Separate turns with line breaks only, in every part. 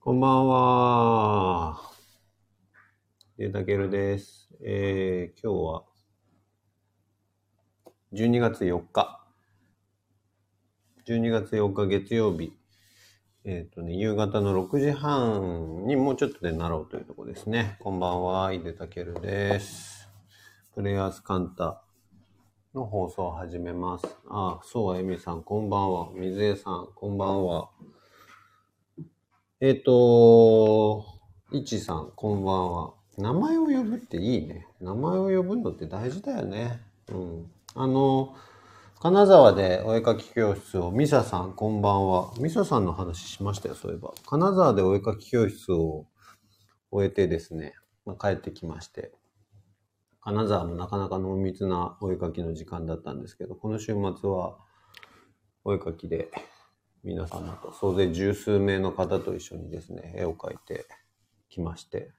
こんばんは。で、たけるです。えー、今日は、12月4日。12月4日月曜日。えっ、とね、夕方の6時半にもうちょっとでなろうというところですね。こんばんは、井出たけるです。プレイヤースカンタの放送を始めます。あ、そう、えみさん、こんばんは。水江さん、こんばんは。えっ、と、いちさん、こんばんは。名前を呼ぶっていいね。名前を呼ぶのって大事だよね。うん。あの、金沢でお絵かき教室を、ミサさん、こんばんは。ミサさんの話しましたよ、そういえば。金沢でお絵かき教室を終えてですね、まあ、帰ってきまして。金沢もなかなか濃密なお絵かきの時間だったんですけど、この週末はお絵かきで皆様と総勢十数名の方と一緒にですね絵を描いてきまして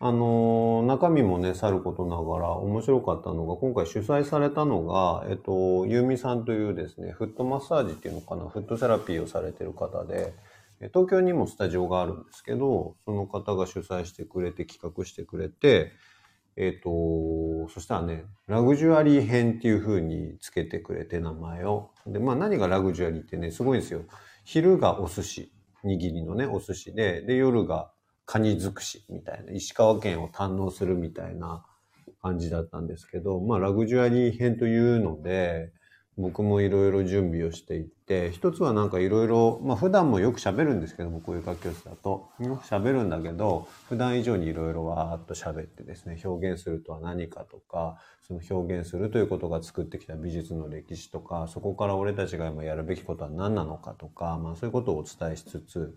あのー中身もねさることながら面白かったのが今回主催されたのが、えっと、ゆうみさんというですねフットマッサージっていうのかなフットセラピーをされてる方でえ東京にもスタジオがあるんですけどその方が主催してくれて企画してくれてえっ、と、そしたらね、ラグジュアリー編っていう風につけてくれて名前を。で、まあ何がラグジュアリーってね、すごいんですよ。昼がお寿司、握りのね、お寿司で、で、夜がカニ尽くしみたいな、石川県を堪能するみたいな感じだったんですけど、まあラグジュアリー編というので、僕もいろいろ準備をしていって、一つはなんかいろいろ、まあ普段もよく喋るんですけども、こういう楽教室だと。よく喋るんだけど、普段以上にいろいろわーっと喋ってですね、表現するとは何かとか、その表現するということが作ってきた美術の歴史とか、そこから俺たちが今やるべきことは何なのかとか、まあそういうことをお伝えしつつ、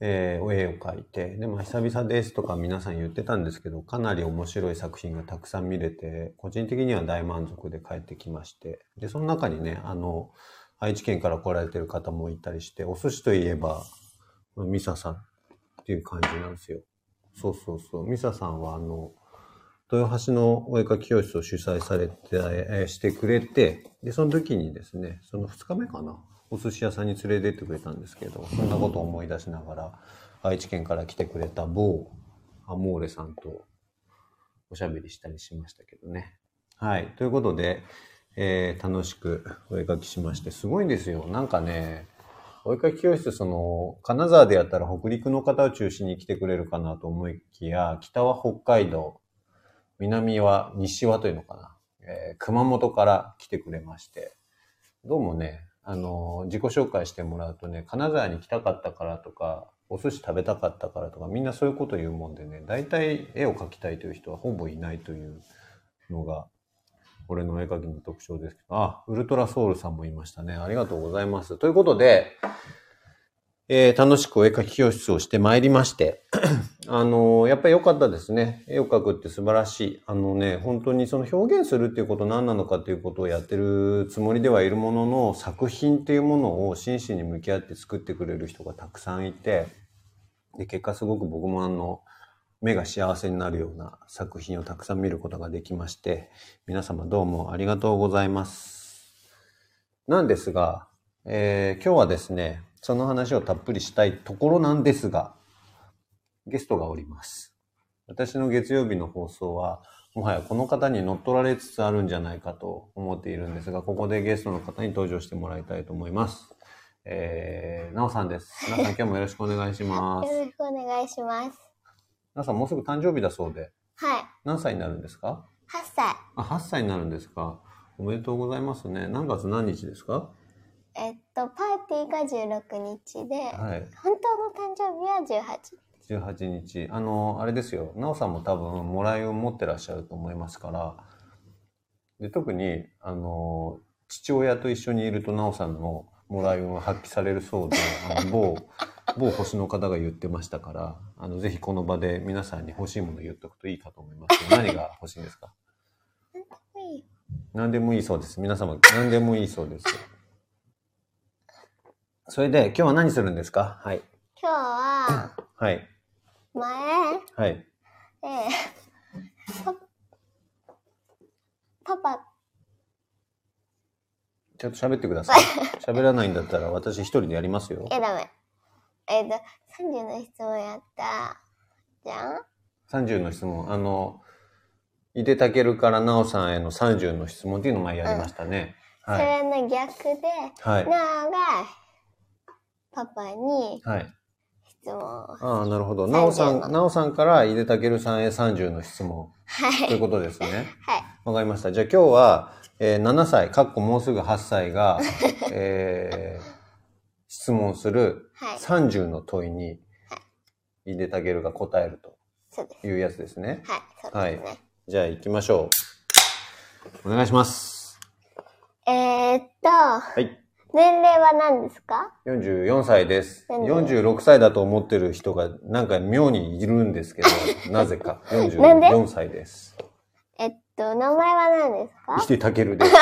えー絵を描いて、で、まあ、久々ですとか皆さん言ってたんですけど、かなり面白い作品がたくさん見れて、個人的には大満足で帰ってきまして、で、その中にね、あの、愛知県から来られてる方もいたりして、お寿司といえば、ミサさんっていう感じなんですよ。そうそうそう。ミサさんは、あの、豊橋のお絵描き教室を主催されて、えーしてくれて、で、その時にですね、その2日目かな、お寿司屋さんに連れてってくれたんですけど、そんなことを思い出しながら、愛知県から来てくれた某アモーレさんとおしゃべりしたりしましたけどね。はい。ということで、えー楽しくお絵描きしまして、すごいんですよ。なんかね、お絵描き教室、その、金沢でやったら北陸の方を中心に来てくれるかなと思いきや、北は北海道、南は西はというのかな、えー熊本から来てくれまして、どうもね、あのー自己紹介してもらうとね、金沢に来たかったからとか、お寿司食べたかったからとか、みんなそういうこと言うもんでね、大体絵を描きたいという人はほぼいないというのが、俺の絵描きの特徴ですけど、あ、ウルトラソウルさんもいましたね。ありがとうございます。ということで、えー楽しくお絵描き教室をしてまいりまして、あのーやっぱり良かったですね。絵を描くって素晴らしい。あのね、本当にその表現するっていうこと何なのかっていうことをやってるつもりではいるものの、作品っていうものを真摯に向き合って作ってくれる人がたくさんいて、で、結果すごく僕もあの、目が幸せになるような作品をたくさん見ることができまして、皆様どうもありがとうございます。なんですが、えー今日はですね、その話をたっぷりしたいところなんですが、ゲストがおります。私の月曜日の放送は、もはやこの方に乗っ取られつつあるんじゃないかと思っているんですが、ここでゲストの方に登場してもらいたいと思います。えー、なおさんです。なおさん今日もよろしくお願いします。
よろしくお願いします。
なおさんもうすぐ誕生日だそうで、
はい。
何歳になるんですか
8歳。
あ、8歳になるんですか。おめでとうございますね。何月何日ですか
えっと、パーティーが16日で、
はい。
本当の誕生日は18。
18日あのあれですよ奈緒さんも多分もらいを持ってらっしゃると思いますからで特にあの父親と一緒にいると奈緒さんのもらい運が発揮されるそうであの某 某星の方が言ってましたからあのぜひこの場で皆さんに欲しいもの言っとくといいかと思いますけど何が欲しいんですか
はい。
何でもいいそうです皆様何でもいいそうですそれで今日は何するんですかはい
今 日は、
はい
前、
はい
えーパパパ
ちゃんと喋ってくだ さい。喋らないんだったら私一人でやりますよ。
え、ダメ。えっ、と、30の質問やった。じゃん
30の質問。あの、井出たけるからなおさんへの30の質問っていうのを前やりましたね。
そ
はい。
れの逆で、
はい。
なおが、パパに
はい。
質問を。
ああ、なるほど。なおさ
30
ん、なおさんから井出たけるさんへ30の質問
は
という
い。
ことですね。
はい。
わかりました。じゃあ今日は、えー7歳、かっこもうすぐ8歳 が、えー質問する
はい。
30の問いに、井出たけるが答える
そうです。
というやつですね。
はい。そうですね。
じゃあ行きましょう。お願いします。
えー、っと、
はい。
年齢は何ですか
44歳です。46歳だと思ってる人がなんか妙にいるんですけ ど、なぜか。
なんで
44歳です。
えっと、名前は何ですか
伊手たける です。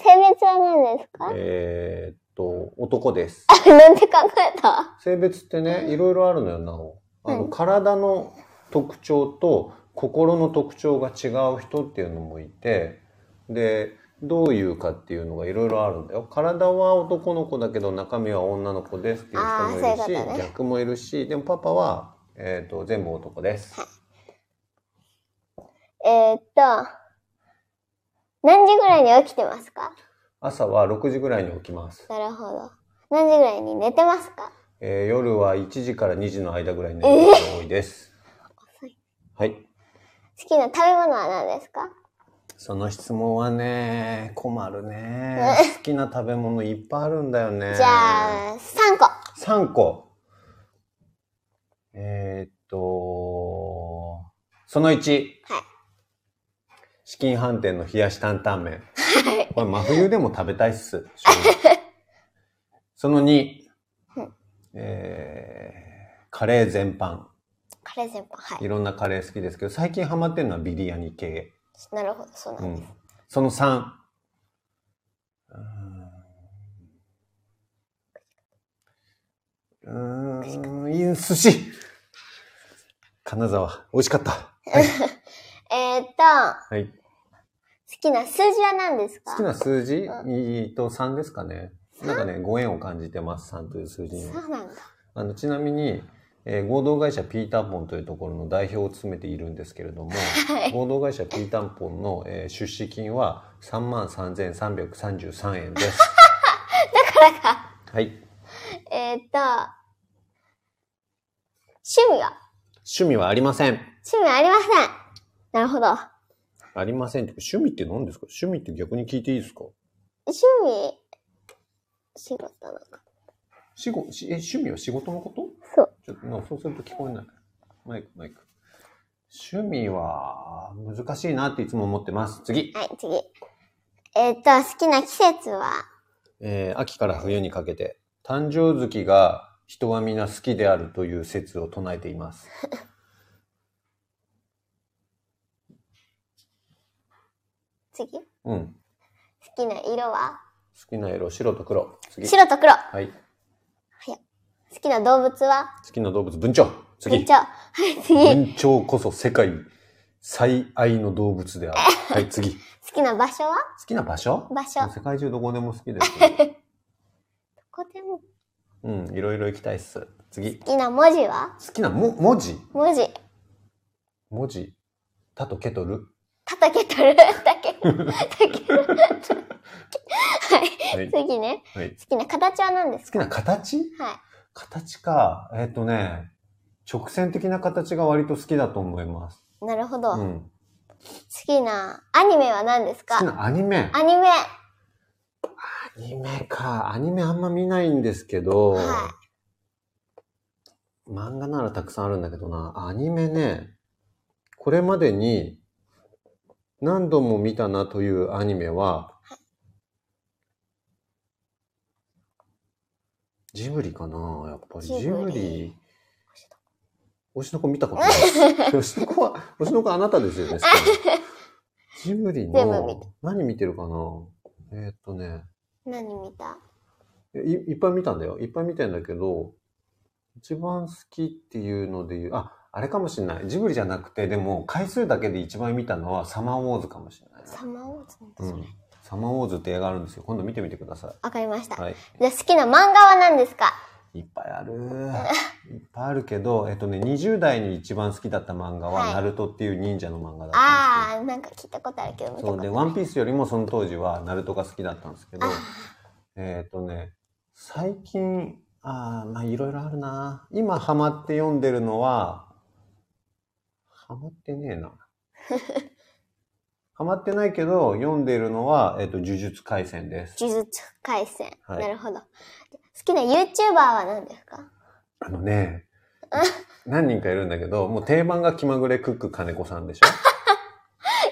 性別は何ですか、
えーっと、男です。
あなんで考えた
性別ってね、いろいろあるのよ、なお。あの、
うん
体の特徴と心の特徴が違う人っていうのもいて、で、どういうかっていうのがいろいろあるんだよ。体は男の子だけど中身は女の子ですっていう人もいる
あーそういう
し、
ことね
逆もいるし、でもパパは、えーっと、全部男です。
えー、っと、何時ぐらいに起きてますか
朝は6時ぐらいに起きます。
なるほど。何時ぐらいに寝てますか
えー夜は1時から2時の間ぐらいに寝ることが多いです。
遅い
はい。
好きな食べ物は何ですか
その質問はね、困るね。好きな食べ物いっぱいあるんだよね。
じゃあ、3個。
3個。えーっと、その1。チキン飯店の冷やし担々麺。
はい。
これ真冬でも食べたいっす。正直その2
うん。
えーカレー全般。
カレー全般。はい
ろんなカレー好きですけど、最近ハマってるのはビリヤニ系。
い。なるほど、そうなん
う
です。
ん、その3。うーん、うーんいい寿司金沢、美味しかった。
えー、っと、好
はい。
きな数字は何ですか
好きな数字、2と3ですかね。なんかね、ご縁を感じてます、3という数字に
そ
は。
うなんだ。
あのちなみに、えー合同会社ピーターポンというところの代表を務めているんですけれども、
はい。
合同会社ピーターポンの、えー出資金は3万3333円です。
だからか。
はい。
えー、っと、趣味は
趣味はありません。
趣味ありません。なるほど。
ありませんって趣味って何ですか趣味って逆に聞いていいですか
趣味、仕事なのか。
仕事しえ趣味は仕事のこと
そう。
ちょっとなそうすると聞こえない。マイク、マイク。趣味は難しいなっていつも思ってます。次。
はい、次。えー、っと、好きな季節は
えー秋から冬にかけて、誕生月が人は皆好きであるという説を唱えています。
次。好
うん。
きな色は
好きな色、白と黒。次。
白と黒。
はい。
好きな動物は
好きな動物、文鳥。次
緊。張。はい、次。好
文鳥こそ世界最愛の動物である。はい、次。
きな場所は
好きな場所
場所
もう世界中どこでも好きです。
ここでも。
うん、いろいろ行きたいっす。次。
好きな文字は
好きなも文字
文字。
文字。タとケとル。
叩けとる。 だけ。叩 ける。はい。
はい。
次ね。
はい、
好きな形は何です
好き
か
な形
はい。
形か。えっ、とね、直線的な形が割と好きだと思います。
なるほど。
う
好
ん。
きなアニメは何です
好き
か
なアニメ。ア
アニメ。
ニメか。アニメあんま見ないんですけど、
は
漫画ならたくさんあるんだけどな。アニメね、これまでに何度も見たなというアニメは、ジブリかなやっぱり。
ジブリ
ジブリ。推しの子見たことない です。推しの子は、推しの子はあなたですよね。しかもジブリ
全部見
の、何見てるかなえーっとね、
何見た
いいっぱい見たんだよ。いっぱい見てんだけど、一番好きっていうので言う、あ、あれかもしんない。ジブリじゃなくて、でも回数だけで一番見たのはサマーウォーズかもしれない。
サマーウォーズなんだ
う
それ。
ん。サマーウォーズって映画あるんですよ。今度見てみてくださ
わかりました。
い。はい。
じゃあ好きな漫画は何ですか
いっぱいある。いっぱいあるけど、えっとね、20代に一番好きだった漫画は、
はい
ナルトっていう忍者の漫画だったんです
あー、なんか聞いたことあるけど、見
け
た
ど。そう
こと
で、
ない。
ワンピースよりもその当時はナルトが好きだったんですけど
あー、
えっとね、最近、あーまあいろいろあるな。今ハマって読んでるのは、ハマってねえ な。ハマってないけど、読んでるのは、えっと、呪術廻戦です。
呪術廻戦。
はい
なるほど。好きな YouTuber は何ですか
あのね、何人かいるんだけど、もう定番が気まぐれクック金子さんでし ょ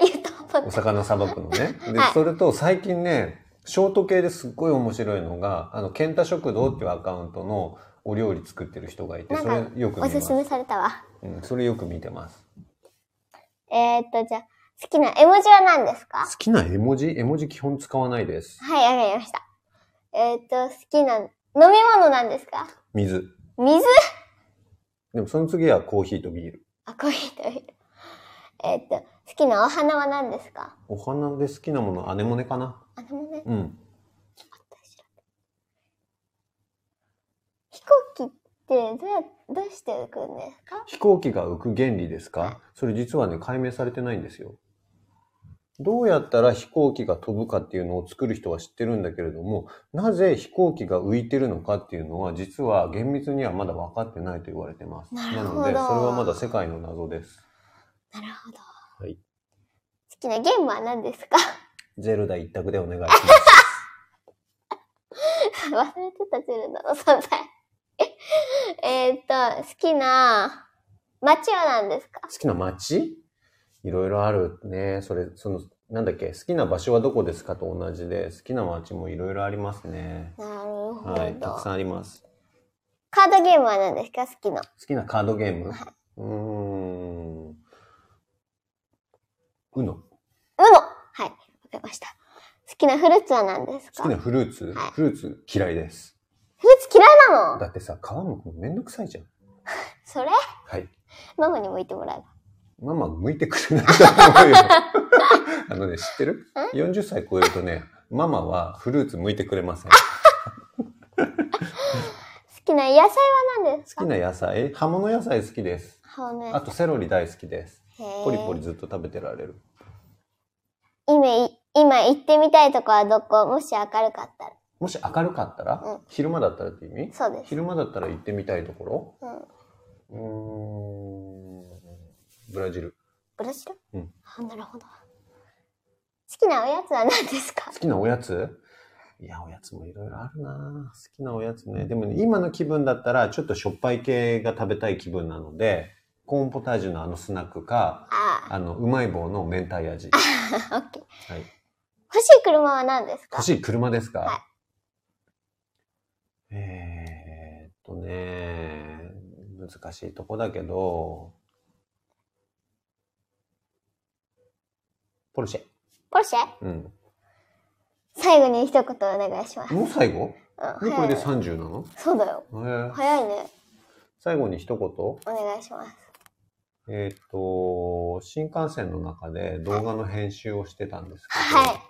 言うと思
お
った。
魚さばくのね。で
はい、
それと最近ね、ショート系ですっごい面白いのが、あの、ケンタ食堂っていうアカウントのお料理作ってる人がいて、
なん
そ
か
れよく見
おす
ますす。
めされたわ。
うん、それよく見てます。
えー、っと、じゃあ、好きな絵文字は何ですか
好きな絵文字絵文字基本使わないです。
はい、わかりました。えー、っと、好きな飲み物なんですか
水。
水
でもその次はコーヒーとビール。
あ、コーヒーとビールえー、っと、好きなお花は何ですか
お花で好きなもの、アネモネかな
あのね、
うん。
飛行機ってどうや、どうして浮くんですか
飛行機が浮く原理ですかそれ実はね、解明されてないんですよ。どうやったら飛行機が飛ぶかっていうのを作る人は知ってるんだけれども、なぜ飛行機が浮いてるのかっていうのは、実は厳密にはまだ分かってないと言われてます。
なるほど
ので、それはまだ世界の謎です。
なるほど。
はい
好きなゲームは何ですか
ゼルダ一択でお願いします。
忘れてた、ゼルダの存在。 えーっと、好きな街は何ですか
好きな街いろいろあるね。それ、その、なんだっけ、好きな場所はどこですかと同じで、好きな街もいろいろありますね。
なるほど。
はい、たくさんあります。
カードゲームは何ですか好きな。
好きなカードゲームうーん。うの。
うのはい、わかりました。好きなフルーツは何ですか
好きなフルーツ
はい
フルーツ嫌いです。
フルーツ嫌いなの
だってさ、皮むくのめんどくさいじゃん。
それ
はい。
ママにも言ってもらえば。
ママ向いてくれないと思う よ。あのね、知ってる ?40 歳超えるとね、ママはフルーツ向いてくれません。
好きな野菜は何ですか
好きな野菜葉物野菜好きです。
葉の
あ
野
とセロリ大好きです。
菜。
ポリポリずっと食べてられる。
今い、今行ってみたいとこはどこもし明るかったら。
もし明るかったら、
うん
昼間だったらって意味
そうです。
昼間だったら行ってみたいとこ
うん。
ろうーん、ブラジル。
ブラジル
うん。
あ、なるほど。好きなおやつは何ですか
好きなおやついや、おやつもいろいろあるな好きなおやつね。でもね、今の気分だったら、ちょっとしょっぱい系が食べたい気分なので、コーンポタージュのあのスナックか、
あ
あの、うまい棒の明太味。
あ、オッケー。
はい、
欲しい車は何ですか
欲しい車ですか、
は
えーっとね、難しいとこだけど、ポルシェ。
ポルシェ
うん。
最後に一言お願いします。
もう最後
う
も
ん、
うこれ
早い
で
ね。
30なの、
そうだよ。
へー
早いね。
最後に一言
お願いします。
えっ、と、新幹線の中で動画の編集をしてたんですけど、
はい。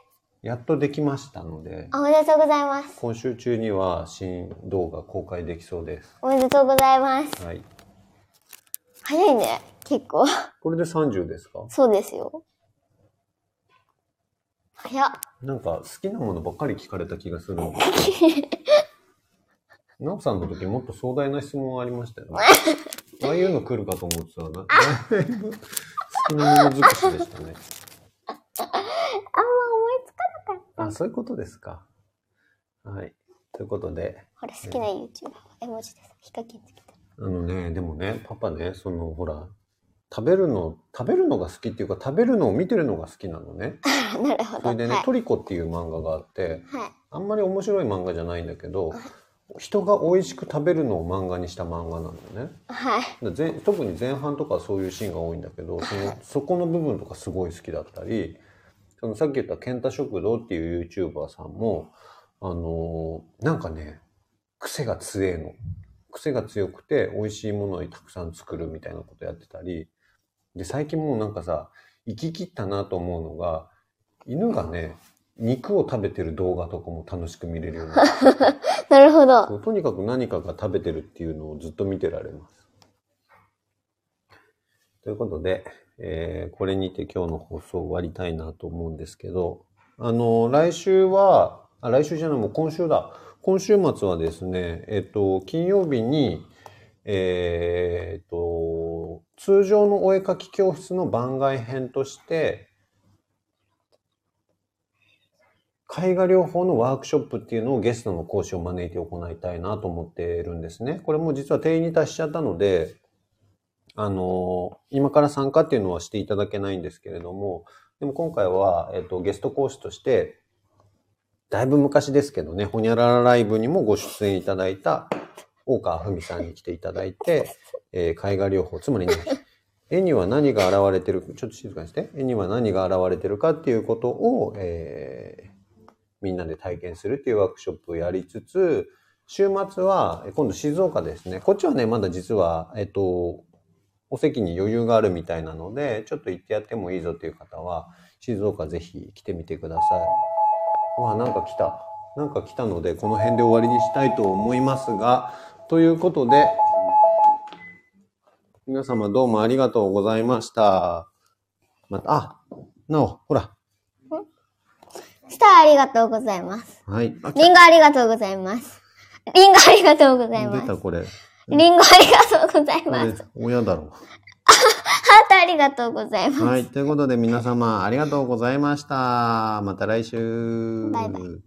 やっとできましたので、
あおめでとうございます。
今週中には新動画公開できそうです。
おめでとうございます。
はい。
早いね。結構。
これで30ですか
そうですよ。早っ。
なんか好きなものばっかり聞かれた気がするんですけど。なおさんの時もっと壮大な質問ありました よね。ああいうの来るかと思ってたらな、 だいぶ好きなもの尽くしでしたね。
あんま思いつか
あ、そういうことですか。はい。ということで、
ほら、好きな YouTuber は絵文字です。ヒカキンつけた。
あのね、でもね、パパね、その、ほら、食べるの、食べるのが好きっていうか、食べるのを見てるのが好きなのね。
あ なるほど。
それでね、
はい。
トリコっていう漫画があって、
はい。
あんまり面白い漫画じゃないんだけど、人が美味しく食べるのを漫画にした漫画なんだよね。
はい。
で前特に前半とかはそういうシーンが多いんだけどそのそこの部分とかすごい好きだったりそのさっき言った「ケンタ食堂」っていう YouTuber さんもあのーなんかね癖が強えの癖が強くて美味しいものをたくさん作るみたいなことやってたりで最近もうなんかさ行き切ったなと思うのが犬がね肉を食べてる動画とかも楽しく見れるようになって
なるほど。
そうとにかく何かが食べてるっていうのをずっと見てられます。ということで、えーこれにて今日の放送を終わりたいなと思うんですけど、あの、来週は、あ、来週じゃない、もう今週だ。今週末はですね、えっと、金曜日に、えーっと、通常のお絵描き教室の番外編として、絵画療法のワークショップっていうのをゲストの講師を招いて行いたいなと思っているんですね。これも実は定員に達しちゃったので、あの、今から参加っていうのはしていただけないんですけれども、でも今回は、えっと、ゲスト講師として、だいぶ昔ですけどね、ほにゃららライブにもご出演いただいた、大川文さんに来ていただいて、えー絵画療法、つまりね、絵には何が現れてるか、ちょっと静かにして、絵には何が現れてるかっていうことを、えーみんなで体験するっていうワークショップをやりつつ、週末は、え今度静岡ですね。こっちはね、まだ実は、えっと、お席に余裕があるみたいなので、ちょっと行ってやってもいいぞという方は、静岡ぜひ来てみてください。うわ、なんか来た。なんか来たので、この辺で終わりにしたいと思いますが、ということで、皆様どうもありがとうございました。また、あ、なお、ほら。
スターありがとうございます。
はい。あ
リンゴありがとうございます。リンゴありがとうございま
出
す。
たこれ。
リンゴありがとうござい
こ
ま
れ
す。
親だろ
ハートありがとうございます
う。。はい。ということで皆様ありがとうございました。また来週。
バイバ
イ。